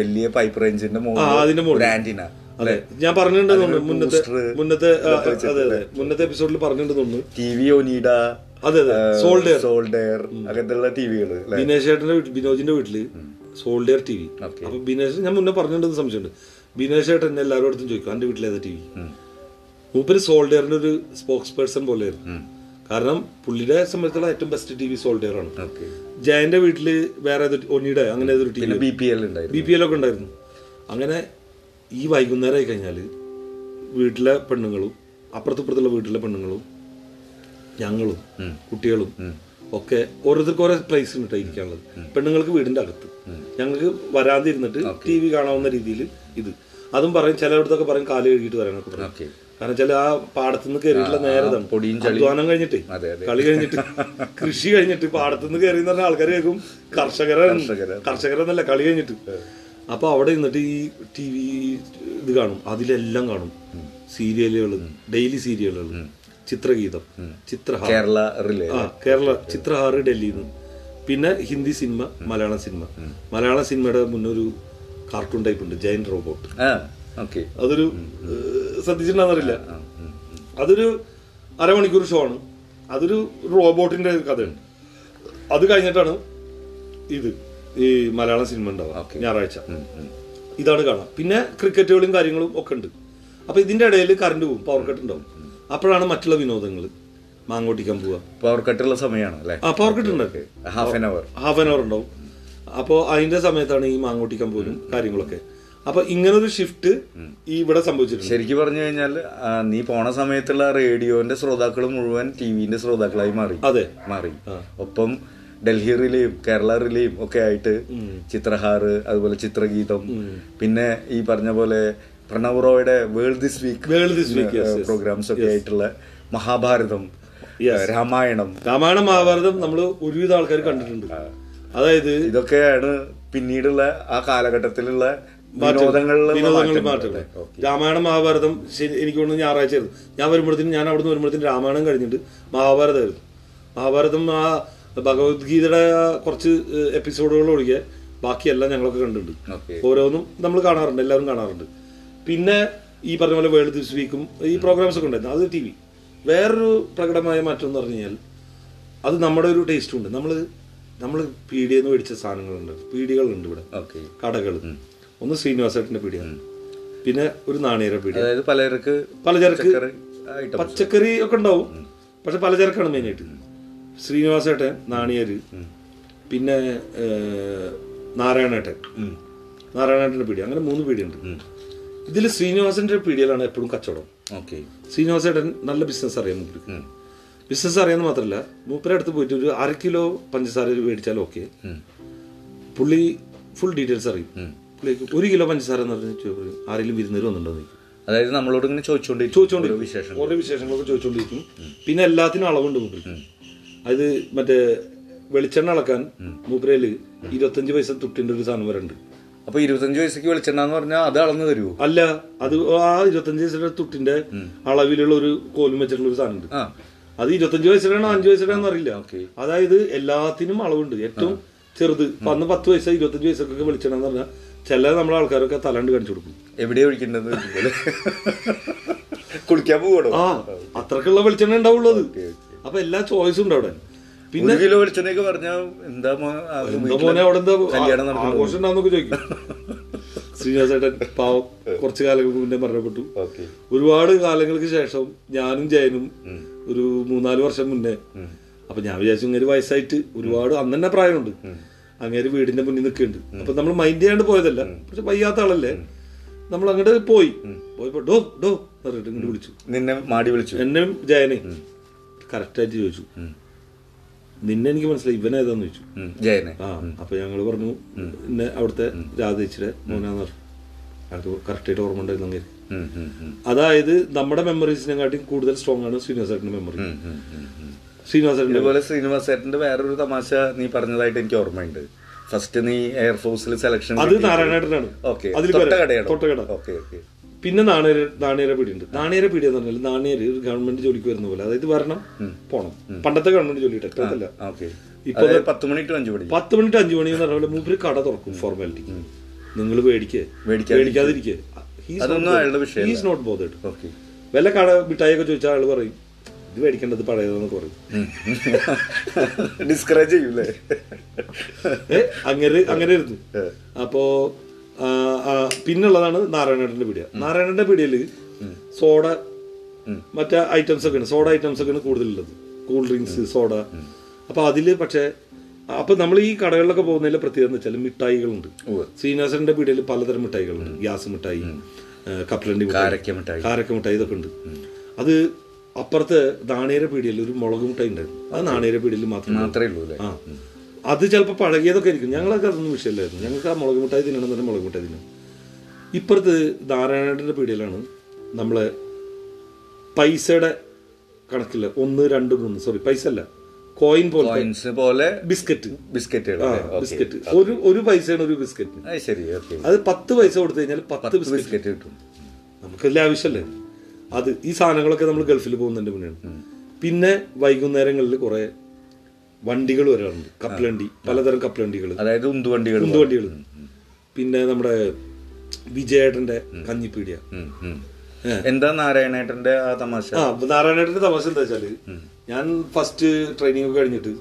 S1: വലിയ പൈപ്പ് റേഞ്ചിന്റെ
S2: ആ, അതിന്റെ
S1: മുകളിൽ
S2: മുകളിൽ.
S1: ഒരു ആന്റിന
S2: അതെ ഞാൻ പറഞ്ഞിട്ടുണ്ടെന്നുണ്ട് മുന്നത്തെ മുന്നത്തെ ആ, അതെ അതെ മുന്നത്തെ എപ്പിസോഡിൽ പറഞ്ഞിട്ടുണ്ടെന്നുണ്ട്
S1: ടി വി ഒനീഡ
S2: അതെ അതെ സോൾഡർ
S1: സോൾഡെയർ അങ്ങനത്തെ ടിവികള്
S2: ബിനേഷ് ചേട്ടന്റെ വീട്ടിൽ ബിനോജിന്റെ വീട്ടില് സോൾഡർ ടി വി
S1: Okay.
S2: അപ്പൊ ബിനേഷ് ഞാൻ മുന്നേ പറഞ്ഞിട്ടുണ്ടെന്ന് സംശയമുണ്ട് ബിനേഷ് ചേട്ടൻ എന്നെ എല്ലാവരും അടുത്തും ചോദിക്കും എന്റെ വീട്ടിലേതാ ടി വി മൂപ്പര് സോൾഡറിന്റെ ഒരു സ്പോക്സ് പേഴ്സൺ പോലെയായിരുന്നു കാരണം പുള്ളിയുടെ സംബന്ധിച്ചുള്ള ഏറ്റവും ബെസ്റ്റ് ടി വി സോൾഡർ ആണ്
S1: ഓക്കെ
S2: ജയന്റെ വീട്ടില് വേറെ ഏതോ ഒന്നിയുടെ അങ്ങനെ ഏതൊരു ടി
S1: പിന്നെ ബി പി എൽ ഉണ്ടായിരുന്നു
S2: ബി പി എല്ലൊക്കെ ഉണ്ടായിരുന്നു അങ്ങനെ ഈ വൈകുന്നേരം ആയി കഴിഞ്ഞാൽ വീട്ടിലെ പെണ്ണുങ്ങളും അപ്പുറത്തിപ്പുറത്തുള്ള വീട്ടിലെ പെണ്ണുങ്ങളും ഞങ്ങളും കുട്ടികളും ഒക്കെ ഓരോരുത്തർക്ക് ഓരോ പ്ലേസ് ഉണ്ട് ഇരിക്കാനുള്ളത് പെണ്ണുങ്ങൾക്ക് വീടിന്റെ അകത്ത് ഞങ്ങൾക്ക് വരാതിരുന്നിട്ട് ടി വി കാണാവുന്ന രീതിയിൽ ഇത് അതും പറയും ചിലയിടത്തൊക്കെ പറയും കാല് കഴുകിയിട്ട് വരാനൊക്കെ പറയും
S1: ഓക്കെ
S2: കാരണം ചില ആ പാടത്തുനിന്ന് കയറിയിട്ടുള്ള നേരതാണ്
S1: പൊടിയും ചളിയും.
S2: അധ്വാനം കഴിഞ്ഞിട്ട്
S1: അതെ, അതെ.
S2: കളി കഴിഞ്ഞിട്ട് കൃഷി കഴിഞ്ഞിട്ട് പാടത്തുനിന്ന് കയറി എന്ന് പറഞ്ഞ ആൾക്കാർ കേൾക്കും കർഷകരാണ്
S1: കർഷകരാണ്.
S2: കർഷകരെന്നല്ല കളി കഴിഞ്ഞിട്ട് അപ്പൊ അവിടെ ഇരുന്നിട്ട് ഈ ടി വി ഇത് കാണും അതിലെല്ലാം കാണും സീരിയലുകൾ ഡെയിലി സീരിയലുകൾ ചിത്രഗീതം ചിത്രഹാ
S1: കേരള റിലേ
S2: ആ കേരള ചിത്രഹാറ് ഡൽഹിയിൽ നിന്ന് പിന്നെ ഹിന്ദി സിനിമ മലയാളം സിനിമ മലയാള സിനിമയുടെ മുന്നൊരു കാർട്ടൂൺ ടൈപ്പ് ഉണ്ട് ജയൻ റോബോട്ട്
S1: ആ ഓക്കെ
S2: അതൊരു ശ്രദ്ധിച്ചിട്ടുണ്ടെന്നറിയില്ല അതൊരു അരമണിക്കൂർ ഷോ ആണ് അതൊരു റോബോട്ടിന്റെ കഥയുണ്ട് അത് കഴിഞ്ഞിട്ടാണ് ഇത് ഈ മലയാളം സിനിമ ഉണ്ടാവുക ഞായറാഴ്ച ഇതാണ് കാണാം പിന്നെ ക്രിക്കറ്റുകളും കാര്യങ്ങളും ഒക്കെ ഉണ്ട് അപ്പൊ ഇതിന്റെ ഇടയിൽ കറണ്ട് പോകും പവർ കട്ട് ഉണ്ടാവും അപ്പോഴാണ് മറ്റുള്ള വിനോദങ്ങൾ മാങ്ങോട്ടിക്കാൻ പോവുക
S1: പവർ കട്ടുള്ള സമയമാണ് അല്ലേ
S2: ആ പവർ കട്ട് ഉണ്ടാവും
S1: half an hour
S2: half an hour ഉണ്ടാവും അപ്പോൾ അതിന്റെ സമയത്താണ് ഈ മാങ്ങോട്ടിക്കാൻ പോലും കാര്യങ്ങളൊക്കെ അപ്പൊ ഇങ്ങനൊരു ഷിഫ്റ്റ് ഈ ഇവിടെ സംഭവിച്ചിട്ടുണ്ട്
S1: ശരിക്കും പറഞ്ഞു കഴിഞ്ഞാൽ ആ, നീ പോണ സമയത്തുള്ള റേഡിയോന്റെ ശ്രോതാക്കൾ മുഴുവൻ ടി വിന്റെ ശ്രോതാക്കളായി മാറി
S2: അതെ
S1: മാറി ഒപ്പം ഡൽഹി റിലെയും കേരള റിലെയും ഒക്കെ ആയിട്ട് ചിത്രഹാറ് അതുപോലെ ചിത്രഗീതം പിന്നെ ഈ പറഞ്ഞ പോലെ പ്രണവ് റോയുടെ World This Week
S2: World This Week
S1: programmes ഒക്കെ ആയിട്ടുള്ള മഹാഭാരതം
S2: Yes.
S1: രാമായണം
S2: രാമായണ മഹാഭാരതം നമ്മൾ ഒരുവിധ ആൾക്കാർ കണ്ടിട്ടുണ്ട് അതായത്
S1: ഇതൊക്കെയാണ് പിന്നീടുള്ള ആ കാലഘട്ടത്തിലുള്ള വിനോദങ്ങളിലുള്ള
S2: വിനോദങ്ങളിൽ
S1: മാറ്റങ്ങൾ.
S2: മാറ്റട്ടെ രാമായണ മഹാഭാരതം ശരി എനിക്ക് തോന്നുന്നു ഞായറാഴ്ച ആയിരുന്നു ഞാൻ വരുമ്പോഴത്തേനും ഞാൻ അവിടുന്ന് വരുമ്പോഴത്തേനും രാമായണം കഴിഞ്ഞിട്ട് മഹാഭാരതമായിരുന്നു മഹാഭാരതം ആ ഭഗവത്ഗീതയുടെ ആ കുറച്ച് എപ്പിസോഡുകൾ ഒഴികെ ബാക്കിയെല്ലാം ഞങ്ങളൊക്കെ കണ്ടിട്ടുണ്ട്
S1: ഓക്കേ.
S2: ഓരോന്നും നമ്മൾ കാണാറുണ്ട് എല്ലാവരും കാണാറുണ്ട് പിന്നെ ഈ പറഞ്ഞ പോലെ വേൾഡ് ദിസ് വീക്കും ഈ പ്രോഗ്രാംസ് ഒക്കെ ഉണ്ടായിരുന്നു അത് ടി വി വേറൊരു പ്രകടമായ മാറ്റം എന്ന് പറഞ്ഞു കഴിഞ്ഞാൽ അത് നമ്മുടെ ഒരു ടേസ്റ്റും ഉണ്ട് നമ്മൾ നമ്മൾ പീഡിയെന്ന് മേടിച്ച സാധനങ്ങളുണ്ട് പീഡികളുണ്ട് ഇവിടെ
S1: ഓക്കേ.
S2: കടകൾ ഒന്ന് ശ്രീനിവാസേട്ടന്റെ പീടിയാണ് പിന്നെ ഒരു നാണയര പീടിയ
S1: അതായത് പലർക്ക്
S2: പലചരക്ക്
S1: പച്ചക്കറി item.
S2: പച്ചക്കറി ഒക്കെ ഉണ്ടാവും പക്ഷെ പലചരക്കാണ് മെയിനായിട്ട് ശ്രീനിവാസേട്ടൻ നാണിയര് പിന്നെ ഏഹ്, നാരായണേട്ടൻ നാരായണേട്ടന്റെ പീടിയ അങ്ങനെ മൂന്ന് പീടിയുണ്ട് ഇതിൽ ശ്രീനിവാസന്റെ പീടിയയിലാണ് എപ്പോഴും കച്ചവടം
S1: ഓക്കെ
S2: ശ്രീനിവാസേട്ടൻ നല്ല ബിസിനസ് അറിയാം മൂപ്പർക്ക് ബിസിനസ് അറിയാമെന്ന് മാത്രമല്ല മൂപ്പരെ അടുത്ത് പോയിട്ട് ഒരു അര കിലോ പഞ്ചസാര മേടിച്ചാൽ ഓക്കെ പുള്ളി ഫുൾ ഡീറ്റെയിൽസ് അറിയും പുള്ളിക്ക് ഒരു കിലോ പഞ്ചസാര എന്ന് പറഞ്ഞു ചോ- പറയും, ആരെങ്കിലും വിരുന്നേര് വന്നിട്ടുണ്ടോ എന്ന് ചോദിക്കും.
S1: അതായത് നമ്മളോട് ഇങ്ങനെ ചോദിച്ചുകൊണ്ടിരിക്കും ഓരോ വിശേഷം
S2: ഓരോ വിശേഷങ്ങളൊക്കെ ചോദിച്ചുകൊണ്ടിരിക്കും പിന്നെ എല്ലാത്തിനും അളവുണ്ട് മൂപ്പര് അത് മറ്റേ വെളിച്ചെണ്ണ അളക്കാൻ മൂപ്പരയില് ഇരുപത്തഞ്ച് പൈസ തുട്ടിന്റെ ഒരു സാധനം വരെ ഉണ്ട്
S1: അപ്പൊ ഇരുപത്തഞ്ച് വയസ്സേക്ക് വെളിച്ചെണ്ണ എന്ന് പറഞ്ഞാൽ അത് അളന്ന് തരുമോ
S2: അല്ല അത് ആ ഇരുപത്തഞ്ച് പൈസയുടെ തുട്ടിന്റെ അളവിലുള്ള ഒരു കോലും വെച്ചിട്ടുള്ള ഒരു സാധനം ഉണ്ട്
S1: ആ
S2: അത് ഇരുപത്തഞ്ച് വയസ്സിലാണോ അഞ്ച് വയസ്സിലാണെന്ന് അറിയില്ല അതായത് എല്ലാത്തിനും അളവുണ്ട് ഏറ്റവും ചെറുത് ഇപ്പൊ അന്ന് പത്ത് വയസ്സ ഇരുപത്തഞ്ച് വയസ്സൊക്കെ വിളിച്ചണമെന്ന് പറഞ്ഞാൽ ചില നമ്മുടെ ആൾക്കാരൊക്കെ തലാണ്ട് കാണിച്ചു കൊടുക്കും
S1: എവിടെ ഒഴിക്കേണ്ടത് ചോദിക്കുമല്ലേ? കുളിക്കാൻ പോകണോ
S2: ആ അത്രക്കുള്ള വെളിച്ചെണ്ണ ഉണ്ടാവുള്ളൂ അത് അപ്പൊ എല്ലാ ചോയ്സും ഉണ്ട് അവിടെ പിന്നെ
S1: ഒരു കിലോ വെളിച്ചെണ്ണയൊക്കെ പറഞ്ഞാൽ എന്താ മോ- അത്
S2: എന്താ മോനെ അവിടെ എന്താ
S1: കല്യാണം
S2: ആ- ആഘോഷം ഉണ്ടാവുന്നൊക്കെ ചോദിക്കും ശ്രീനിവാസേട്ടൻ പാവം കുറച്ചു കാലങ്ങൾക്ക് മുന്നേ മരണപ്പെട്ടു
S1: ഓക്കെ
S2: ഒരുപാട് കാലങ്ങൾക്ക് ശേഷം ഞാനും ജയനും ഒരു മൂന്നാല് വർഷം മുന്നേ അപ്പൊ ഞാൻ വിചാരിച്ചു ഇങ്ങനെ വയസ്സായിട്ട് ഒരുപാട് അന്ന് തന്നെ പ്രായമുണ്ട് അങ്ങേര് വീടിന്റെ മുന്നിൽ നിൽക്കുന്നുണ്ട് അപ്പൊ നമ്മൾ മൈൻഡ് ചെയ്യാണ്ട് പോയതല്ല പക്ഷെ വയ്യാത്ത ആളല്ലേ നമ്മൾ അങ്ങോട്ട് പോയി പോയപ്പോ ഡോ ഡോ എന്ന് പറഞ്ഞിട്ട് ഇങ്ങോട്ട് വിളിച്ചു
S1: നിന്നെ മാടി വിളിച്ചു
S2: എന്നെയും ജയനെയും കറക്റ്റായിട്ട് ചോദിച്ചു നിന്നെ എനിക്ക് മനസ്സിലായി ഇവനേതാന്ന് ചോദിച്ചു
S1: ഉം, ജയനെ
S2: ആ അപ്പൊ ഞങ്ങൾ പറഞ്ഞു എന്നെ അവിടുത്തെ രാധേച്ചിയുടെ മോനാന്ന് പറഞ്ഞു അയാൾക്ക് കറക്റ്റായിട്ട് ഓർമ്മ ഉണ്ടായിരുന്നു അങ്ങനെ
S1: ഉം, ഉം, ഉം,
S2: അതായത് നമ്മുടെ മെമ്മറീസിനെക്കാട്ടി കൂടുതൽ സ്ട്രോങ് ആണ് ശ്രീനിവാസേട്ടന്റെ മെമ്മറി
S1: ഉം, ഉം, ഉം, ഉം.
S2: ശ്രീനിവാസേട്ടന്റെ
S1: ഇതുപോലെ ശ്രീനിവാസേട്ടന്റെ വേറൊരു തമാശ നീ പറഞ്ഞതായിട്ട് എനിക്ക് ഓർമ്മയുണ്ട് ഫസ്റ്റ് നീ എയർഫോഴ്സിൽ സെലക്ഷൻ
S2: അത് നാരായണേട്ടനാണ്
S1: ഓക്കെ
S2: അതിൽ
S1: തൊട്ടകടയാണ്
S2: തൊട്ടകട
S1: ഓക്കെ ഓക്കെ
S2: പിന്നെ നാണയര നാണയര പീടിയുണ്ട് നാണയര പീടി എന്ന് പറഞ്ഞാൽ നാണയര് ഒരു ഗവൺമെന്റ് ജോലിക്ക് വരുന്ന പോലെ അതായത് വരണം പോണം പണ്ടത്തെ ഗവൺമെന്റ് ജോലി ടെറ്റല്ല
S1: ഓക്കെ
S2: ഇപ്പൊ
S1: ഇപ്പൊ പത്ത് മണി ടു അഞ്ചു മണി
S2: പത്ത് മിനിറ്റ് അഞ്ചു മണി എന്ന് പറഞ്ഞ പോലെ മൂപ്പര് കട തുറക്കും ഫോർമാലിറ്റി നിങ്ങൾ മേടിക്കേ
S1: മേടിക്കാതിരിക്കുക.
S2: മേടിക്കാതിരിക്കേ
S1: അതൊന്നും അയാളുടെ വിഷയമല്ല.
S2: ഈസ് നോട്ട് ബോധേഡ്
S1: ഓക്കെ
S2: വല്ല കട മിഠായിയൊക്കെ ചോദിച്ചാൽ ആള് പറയും ഇത് മേടിക്കേണ്ടത് പഴയതെന്നൊക്കെ പറയും
S1: ഡിസ്കറേജ് ചെയ്യൂലേ
S2: ഏ, അങ്ങനെ അങ്ങനെ ഇരുന്നു അപ്പോ ആ, ആ, പിന്നുള്ളതാണ് നാരായണേട്ടന്റെ പീടിയ നാരായണന്റെ പീടിയയില് സോഡ മറ്റേ ഐറ്റംസ് ഒക്കെ ഉണ്ട് സോഡ ഐറ്റംസ് ഒക്കെ ആണ് കൂടുതലുള്ളത് കൂൾ ഡ്രിങ്ക്സ് സോഡ അപ്പൊ അതില് പക്ഷേ അപ്പൊ നമ്മൾ ഈ കടകളിലൊക്കെ പോകുന്നതിലെ പ്രത്യേകത എന്ന് വെച്ചാൽ മിഠായികളുണ്ട്
S1: ഉവ്വ്.
S2: ശ്രീനിവാസന്റെ പീടിയയിൽ പലതരം മിഠായികളുണ്ട് ഗ്യാസ് മിഠായി ഏ, കപ്പലണ്ടി മിഠായി
S1: കാരക്ക മിഠായി
S2: കാരക്ക മിഠായി ഇതൊക്കെ ഉണ്ട് അത് അപ്പുറത്ത് നാണേര പീടിയയിൽ ഒരു മുളക് മിഠായി ഉണ്ടായിരുന്നു അത് നാണേര പീടിയയിൽ മാത്രമേ
S1: മാത്രമേ ഉള്ളൂ അല്ലേ
S2: ആ അത് ചിലപ്പോൾ പഴകിയതൊക്കെ ആയിരിക്കും ഞങ്ങളൊക്കെ അതൊന്നും വിഷയമില്ലായിരുന്നു ഞങ്ങൾക്ക് ആ മുളക് മുട്ടായി തിന്നണം തന്നെ മുളക് മുട്ടായി തിന്നും ഇപ്പുറത്ത് നാരായണേട്ടൻ്റെ പീടികയിലാണ് നമ്മളെ പൈസയുടെ കണക്കില്ല ഒന്ന് രണ്ട് മൂന്ന് സോറി പൈസ അല്ല കോയിൻ പോലെ
S1: കോയിൻസ് പോലെ
S2: ബിസ്ക്കറ്റ്
S1: ബിസ്ക്കറ്റുകൾ
S2: ആ ബിസ്ക്കറ്റ് ഒരു ഒരു പൈസയാണ് ഒരു ബിസ്ക്കറ്റ്
S1: അത് ശരി ഓക്കെ
S2: അത് പത്ത് പൈസ കൊടുത്തു കഴിഞ്ഞാൽ പത്ത് ബിസ്ക്കറ്റ്
S1: ബിസ്ക്കറ്റ് കിട്ടും
S2: നമുക്കതിൽ ആവശ്യമല്ലേ അത് ഈ സാധനങ്ങളൊക്കെ നമ്മൾ ഗൾഫിൽ പോകുന്നതിന്റെ മുന്നെയാണ് പിന്നെ വൈകുന്നേരങ്ങളിൽ കുറെ വണ്ടികൾ വരാറുണ്ട് കപ്പലണ്ടി പലതരം കപ്പലണ്ടികൾ
S1: അതായത് ഉന്തുവണ്ടികൾ
S2: കുന്തുവണ്ടികൾ പിന്നെ നമ്മുടെ വിജയേട്ടന്റെ കഞ്ഞിപ്പീടിയ
S1: ഉം, ഉം. എന്താ നാരായണേട്ടന്റെ ആ തമാശ
S2: ആ അപ്പൊ നാരായണേട്ടന്റെ തമാശ എന്താ വെച്ചാല് ഞാൻ ഫസ്റ്റ് ട്രെയിനിങ് ഒക്കെ കഴിഞ്ഞിട്ട്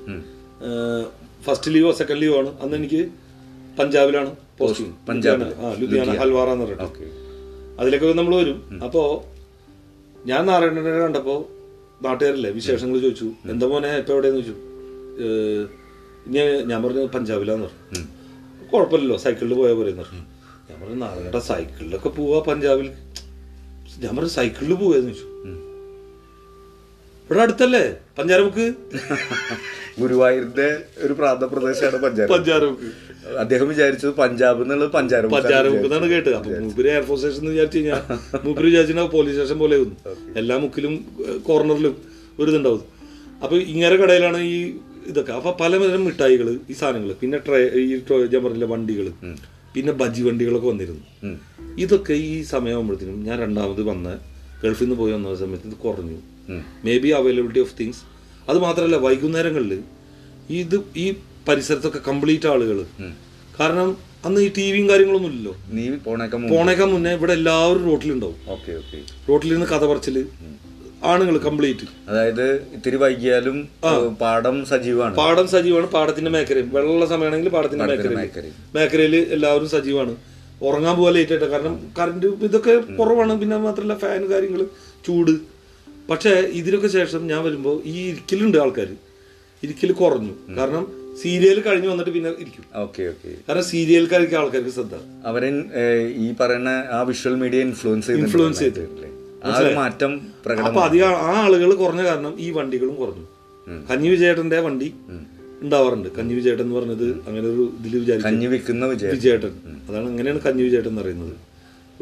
S2: ഫസ്റ്റ് ലീവോ സെക്കൻഡ് ലീവോ ആണ് അന്ന് എനിക്ക് പഞ്ചാബിലാണ് പോസ്റ്റിംഗ്
S1: പഞ്ചാബില്.
S2: ആ ലുധിയാന ഹൽവാറ എന്ന് പറഞ്ഞിട്ട്
S1: ഓക്കെ
S2: അതിലൊക്കെ നമ്മൾ വരും അപ്പോ ഞാൻ നാരായണനെ കണ്ടപ്പോ നാട്ടുകാരല്ലേ വിശേഷങ്ങൾ ചോദിച്ചു എന്താ മോനെ ഇപ്പൊ എവിടെയെന്ന് ചോദിച്ചു ഏഹ് ഇനി ഞാൻ പറഞ്ഞു പഞ്ചാബിലാന്ന് പറഞ്ഞു കുഴപ്പമില്ലല്ലോ സൈക്കിളിൽ പോയാൽ പോലെ പറഞ്ഞു ഞാൻ പറഞ്ഞു നാരായണ സൈക്കിളിലൊക്കെ പോവാ പഞ്ചാബിൽ ഞാൻ പറഞ്ഞു സൈക്കിളിൽ പോവാന്ന് ചോദിച്ചു ഇവിടെ അടുത്തല്ലേ പഞ്ചാരമുക്ക്
S1: ഗുരുവായൂരിന്റെ ഒരു പ്രാന്തപ്രദേശമാണ് പഞ്ചാര
S2: പഞ്ചാരമുക്ക്
S1: അദ്ദേഹം വിചാരിച്ചത് പഞ്ചാബ് എന്നുള്ളത് പഞ്ചാര
S2: പഞ്ചാരമുക്ക് എന്നാണ് കേട്ടത് അപ്പൊ മൂപ്പര് എയർഫോഴ്സ് സ്റ്റേഷൻ എന്ന് വിചാരിച്ചു കഴിഞ്ഞാൽ മൂപ്പര് വിചാരിച്ചാൽ പോലീസ് സ്റ്റേഷൻ പോലെ ആയിരുന്നു എല്ലാ മുക്കിലും ഏഹ്, കോർണറിലും ഒരു ഇതുണ്ടാവും അപ്പൊ ഇങ്ങനെ കടയിലാണ് ഈ ഇതൊക്കെ അപ്പൊ പലതരം മിഠായികള് ഈ സാധനങ്ങൾ പിന്നെ ട്രേ ഈ ട്രോ- ഞാൻ പറഞ്ഞില്ല വണ്ടികൾ പിന്നെ ബജി വണ്ടികളൊക്കെ വന്നിരുന്നു ഇതൊക്കെ ഈ സമയമാകുമ്പോഴത്തേനും ഞാൻ രണ്ടാമത് വന്ന ഗൾഫിൽ നിന്ന് പോയി വന്ന സമയത്ത് ഇത് കുറഞ്ഞു maybe availability of things അത് മാത്രമല്ല വൈകുന്നേരങ്ങളിൽ ഇത് ഈ പരിസരത്തൊക്കെ കംപ്ലീറ്റ് ആളുകൾ കാരണം അന്ന് ഈ ടി വിയും കാര്യങ്ങളൊന്നും ഇല്ലല്ലോ
S1: നീ പോണേക്കാൻ മുമ്പ്
S2: പോണേക്കാൾ മുന്നേ ഇവിടെ എല്ലാവരും റോട്ടിലുണ്ടാവും
S1: ഓക്കെ ഓക്കെ
S2: റോട്ടിലിരുന്ന് കഥ പറച്ചില് ആണുങ്ങൾ കംപ്ലീറ്റ്
S1: അതായത് ഇത്തിരി വൈകിയാലും ഏഹ്, പാടം സജീവമാണ്
S2: പാടം സജീവമാണ് പാടത്തിന്റെ മേഖലയും വെള്ളമുള്ള സമയമാണെങ്കിൽ പാടത്തിന്റെ മേഖലയും
S1: മേഖലയും.
S2: മേഖലയിൽ എല്ലാവരും സജീവമാണ് ഉറങ്ങാൻ പോകാൻ ലേറ്റ് ആയിട്ട് കാരണം കറണ്ട് ഇതൊക്കെ കുറവാണ് പിന്നെ മാത്രമല്ല ഫാൻ കാര്യങ്ങൾ ചൂട് പക്ഷേ ഇതിനൊക്കെ ശേഷം ഞാൻ വരുമ്പോൾ ഈ ഇരിക്കലുണ്ട് ആൾക്കാർ ഇരിക്കൽ കുറഞ്ഞു കാരണം സീരിയൽ കഴിഞ്ഞ് വന്നിട്ട് പിന്നെ ഇരിക്കും
S1: ഓക്കെ ഓക്കെ
S2: കാരണം സീരിയൽക്കാർക്ക് ആൾക്കാർക്ക് ശ്രദ്ധ
S1: അവരെ ഏഹ്, ഈ പറയുന്ന ആ വിഷ്വൽ മീഡിയ ഇൻഫ്ലുവൻസ്
S2: Influence ചെയ്തു.
S1: ചെയ്തിട്ടില്ലേ ആ ഒരു മാറ്റം പ്രകടം
S2: അപ്പൊ അധികം ആ- ആ ആളുകൾ കുറഞ്ഞ കാരണം ഈ വണ്ടികളും കുറഞ്ഞു കഞ്ഞി വിജയേട്ടന്റെ വണ്ടി ഉണ്ടാവാറുണ്ട് കഞ്ഞി വിജയേട്ടൻ എന്ന് പറഞ്ഞത് അങ്ങനെ ഒരു ഇതിൽ വിചാരിക്കും
S1: കഞ്ഞി വെക്കുന്ന വിജയം
S2: വിജയേട്ടൻ അതാണ് അങ്ങനെയാണ് കഞ്ഞി വിജയേട്ടൻ എന്ന് പറയുന്നത്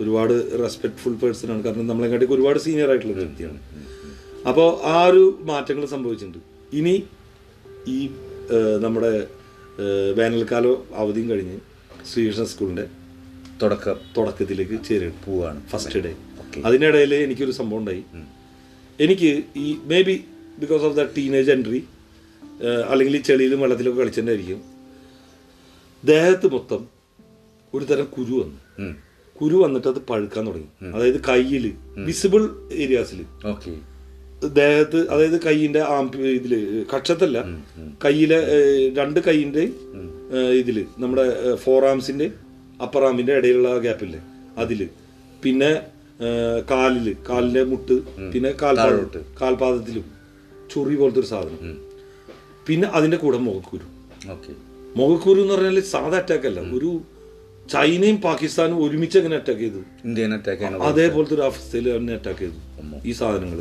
S2: ഒരുപാട് റെസ്പെക്ട്ഫുൾ പേഴ്സൺ ആണ് കാരണം നമ്മളെക്കാട്ടിക്ക് ഒരുപാട് സീനിയർ ആയിട്ടുള്ള ഒരു വ്യക്തിയാണ് അപ്പോൾ ആ ഒരു മാറ്റങ്ങൾ സംഭവിച്ചിട്ടുണ്ട് ഇനി ഈ ആ, നമ്മുടെ ആ, വേനൽക്കാലം അവധിയും കഴിഞ്ഞ് ശ്രീകൃഷ്ണ സ്കൂളിന്റെ
S1: തുടക്കം
S2: തുടക്കത്തിലേക്ക് ചേരുകയാണ്
S1: പോവാണ്
S2: ഫസ്റ്റ് ഡേ അതിനിടയിൽ എനിക്കൊരു സംഭവം ഉണ്ടായി എനിക്ക് ഈ maybe because of the teenage entry അല്ലെങ്കിൽ ഈ ചെളിയിലും വെള്ളത്തിലൊക്കെ കളിച്ചിട്ടുണ്ടായിരിക്കും ദേഹത്ത് മൊത്തം ഒരു തരം കുരു വന്നു
S1: ഉം.
S2: കുരു വന്നിട്ട് അത് പഴുക്കാൻ തുടങ്ങി അതായത് കയ്യിൽ വിസിബിൾ ഏരിയാസിൽ
S1: ഓക്കെ
S2: ദേഹത്ത് അതായത് കൈയിന്റെ ആംപി ഇതില് കക്ഷത്തല്ല കൈയിലെ ഏഹ്, രണ്ട് കൈയിന്റെ ഏഹ്, ഇതില് നമ്മുടെ ഫോർ ആംസിന്റെ അപ്പർ ആംബിന്റെ ഇടയിലുള്ള ഗ്യാപ്പില്ലേ അതില് പിന്നെ ഏഹ്, കാലില് കാലിന്റെ മുട്ട് പിന്നെ കാൽപാദ കാൽപാദത്തിലും ചൊറി പോലത്തെ ഒരു സാധനം പിന്നെ അതിന്റെ കൂടെ മുഖക്കുരു
S1: ഓക്കെ
S2: മുഖക്കുരു എന്ന് പറഞ്ഞാൽ സാധാ അറ്റാക്ക് അല്ല ഒരു ചൈനയും പാകിസ്ഥാനും ഒരുമിച്ച് അങ്ങനെ അറ്റാക്ക് ചെയ്തു
S1: ഇന്ത്യൻ അറ്റാക്ക് ആണ്
S2: അതേപോലത്തെ ഒരു അവസ്ഥയിൽ അവനെ അറ്റാക്ക് ചെയ്തു ഈ സാധനങ്ങൾ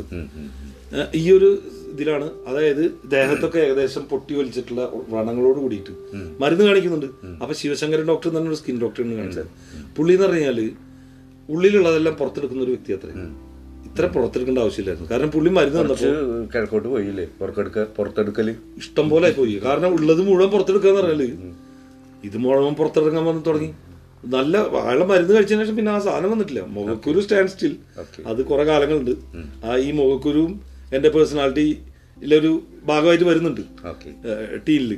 S2: ഈ ഒരു ഇതിലാണ് അതായത് ദേഹത്തൊക്കെ ഏകദേശം പൊട്ടി വലിച്ചിട്ടുള്ള വ്രണങ്ങളോട് കൂടിയിട്ട് മരുന്ന് കാണിക്കുന്നുണ്ട് അപ്പൊ ശിവശങ്കരൻ ഡോക്ടർ എന്ന് പറഞ്ഞ സ്കിൻ ഡോക്ടറാണ് കാണിച്ചത് പുള്ളി എന്ന് പറഞ്ഞാല് ഉള്ളിലുള്ളതെല്ലാം പുറത്തെടുക്കുന്ന ഒരു വ്യക്തി അത്ര ഇത്ര പുറത്തെടുക്കേണ്ട ആവശ്യമില്ലായിരുന്നു കാരണം പുള്ളി മരുന്ന് തന്നപ്പോൾ
S1: കിഴക്കോട്ട് പോയില്ലേ പുറത്തെടുക്ക പുറത്തെടുക്കല്
S2: ഇഷ്ടം പോലെ പോയി കാരണം ഉള്ളത് മുഴുവൻ പുറത്തെടുക്കാന്ന് പറഞ്ഞാല് ഇത് മുഴുവൻ പുറത്തിറങ്ങാൻ വന്ന് തുടങ്ങി നല്ല അയാളെ മരുന്ന് കഴിച്ചതിന് ശേഷം പിന്നെ ആ സാധനം വന്നിട്ടില്ല മുഖക്കുരു സ്റ്റാൻഡ് സ്റ്റിൽ
S1: Okay.
S2: അത് കുറെ കാലങ്ങളുണ്ട് ആ ഈ മുഖക്കുരുവും എന്റെ പേഴ്സണാലിറ്റിയിലൊരു ഭാഗമായിട്ട് വരുന്നുണ്ട്
S1: ഓക്കെ
S2: ടീലില്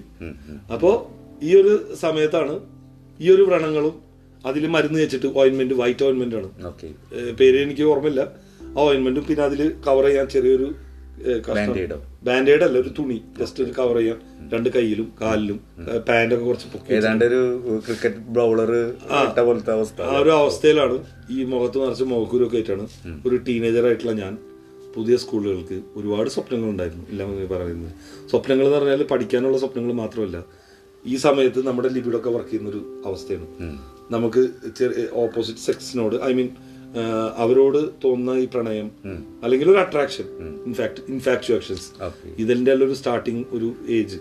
S2: അപ്പോ ഈ ഒരു സമയത്താണ് ഈ ഒരു വ്രണങ്ങളും അതിൽ മരുന്ന് വെച്ചിട്ട് ഓയിൻമെന്റ് വൈറ്റ് ഓയിൻമെന്റ് ആണ്
S3: ഓക്കെ
S2: ഏഹ് പേര് എനിക്ക് ഓർമ്മയില്ല ആ ഓയിൻമെന്റും പിന്നെ അതിൽ കവർ ചെയ്യാൻ ചെറിയൊരു
S3: Band-aid ഓ?
S2: ബാൻഡേഡ് അല്ല ഒരു തുണി ജസ്റ്റ് ഒരു കവർ ചെയ്യാൻ രണ്ട് കയ്യിലും കാലിലും പാൻ്റൊക്കെ കുറച്ച് പൊക്കി
S3: ഏതാണ്ട് ഒരു ക്രിക്കറ്റ് ബൗളർ ഇട്ട പോലത്തെ അവസ്ഥ
S2: ആ ഒരു അവസ്ഥയിലാണ് ഈ മുഖത്ത് നിറച്ച് മുഖക്കുരൊക്കെ ആയിട്ടാണ് ഒരു ടീനേജർ ആയിട്ടുള്ള ഞാൻ പുതിയ സ്കൂളുകൾക്ക് ഒരുപാട് സ്വപ്നങ്ങളുണ്ടായിരുന്നു ഇല്ലാന്ന് പറയുന്നത് സ്വപ്നങ്ങൾ എന്ന് പറഞ്ഞാൽ പഠിക്കാനുള്ള സ്വപ്നങ്ങൾ മാത്രമല്ല ഈ സമയത്ത് നമ്മുടെ ലിബിഡൊക്കെ വർക്ക് ചെയ്യുന്ന ഒരു അവസ്ഥയാണ് നമുക്ക് ഓപ്പോസിറ്റ് സെക്സിനോട് ഐ മീൻ അവരോട് തോന്നുന്ന ഈ പ്രണയം അല്ലെങ്കിൽ ഒരു അട്രാക്ഷൻ ഇൻഫാക്ട് ഇൻഫാക്ച്വേഷൻസ്
S3: Okay.
S2: ഇതിൻ്റെ എല്ലാം ഒരു സ്റ്റാർട്ടിങ് ഒരു uh, age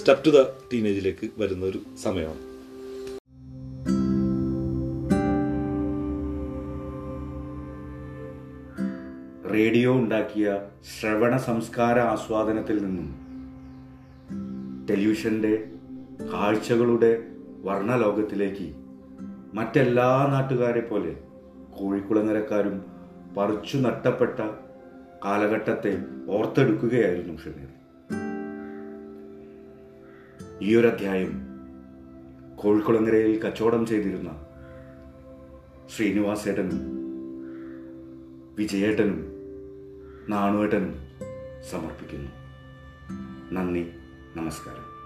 S2: step to the ടീനേജിലേക്ക് വരുന്ന ഒരു സമയമാണ്
S1: റേഡിയോ ഉണ്ടാക്കിയ ശ്രവണ സംസ്കാര ആസ്വാദനത്തിൽ നിന്നും ടെലിവിഷൻ്റെ കാഴ്ചകളുടെ വർണ്ണലോകത്തിലേക്ക് മറ്റെല്ലാ നാട്ടുകാരെ പോലെ കോഴിക്കുളങ്ങരക്കാരും പറിച്ചു നട്ടപ്പെട്ട കാലഘട്ടത്തെ ഓർത്തെടുക്കുകയായിരുന്നു ഷമീർ ഈയൊരധ്യായം കോഴിക്കുളങ്ങരയിൽ കച്ചവടം ചെയ്തിരുന്ന ശ്രീനിവാസേട്ടനും വിജയേട്ടനും നാണുവേട്ടനും സമർപ്പിക്കുന്നു നന്ദി നമസ്കാരം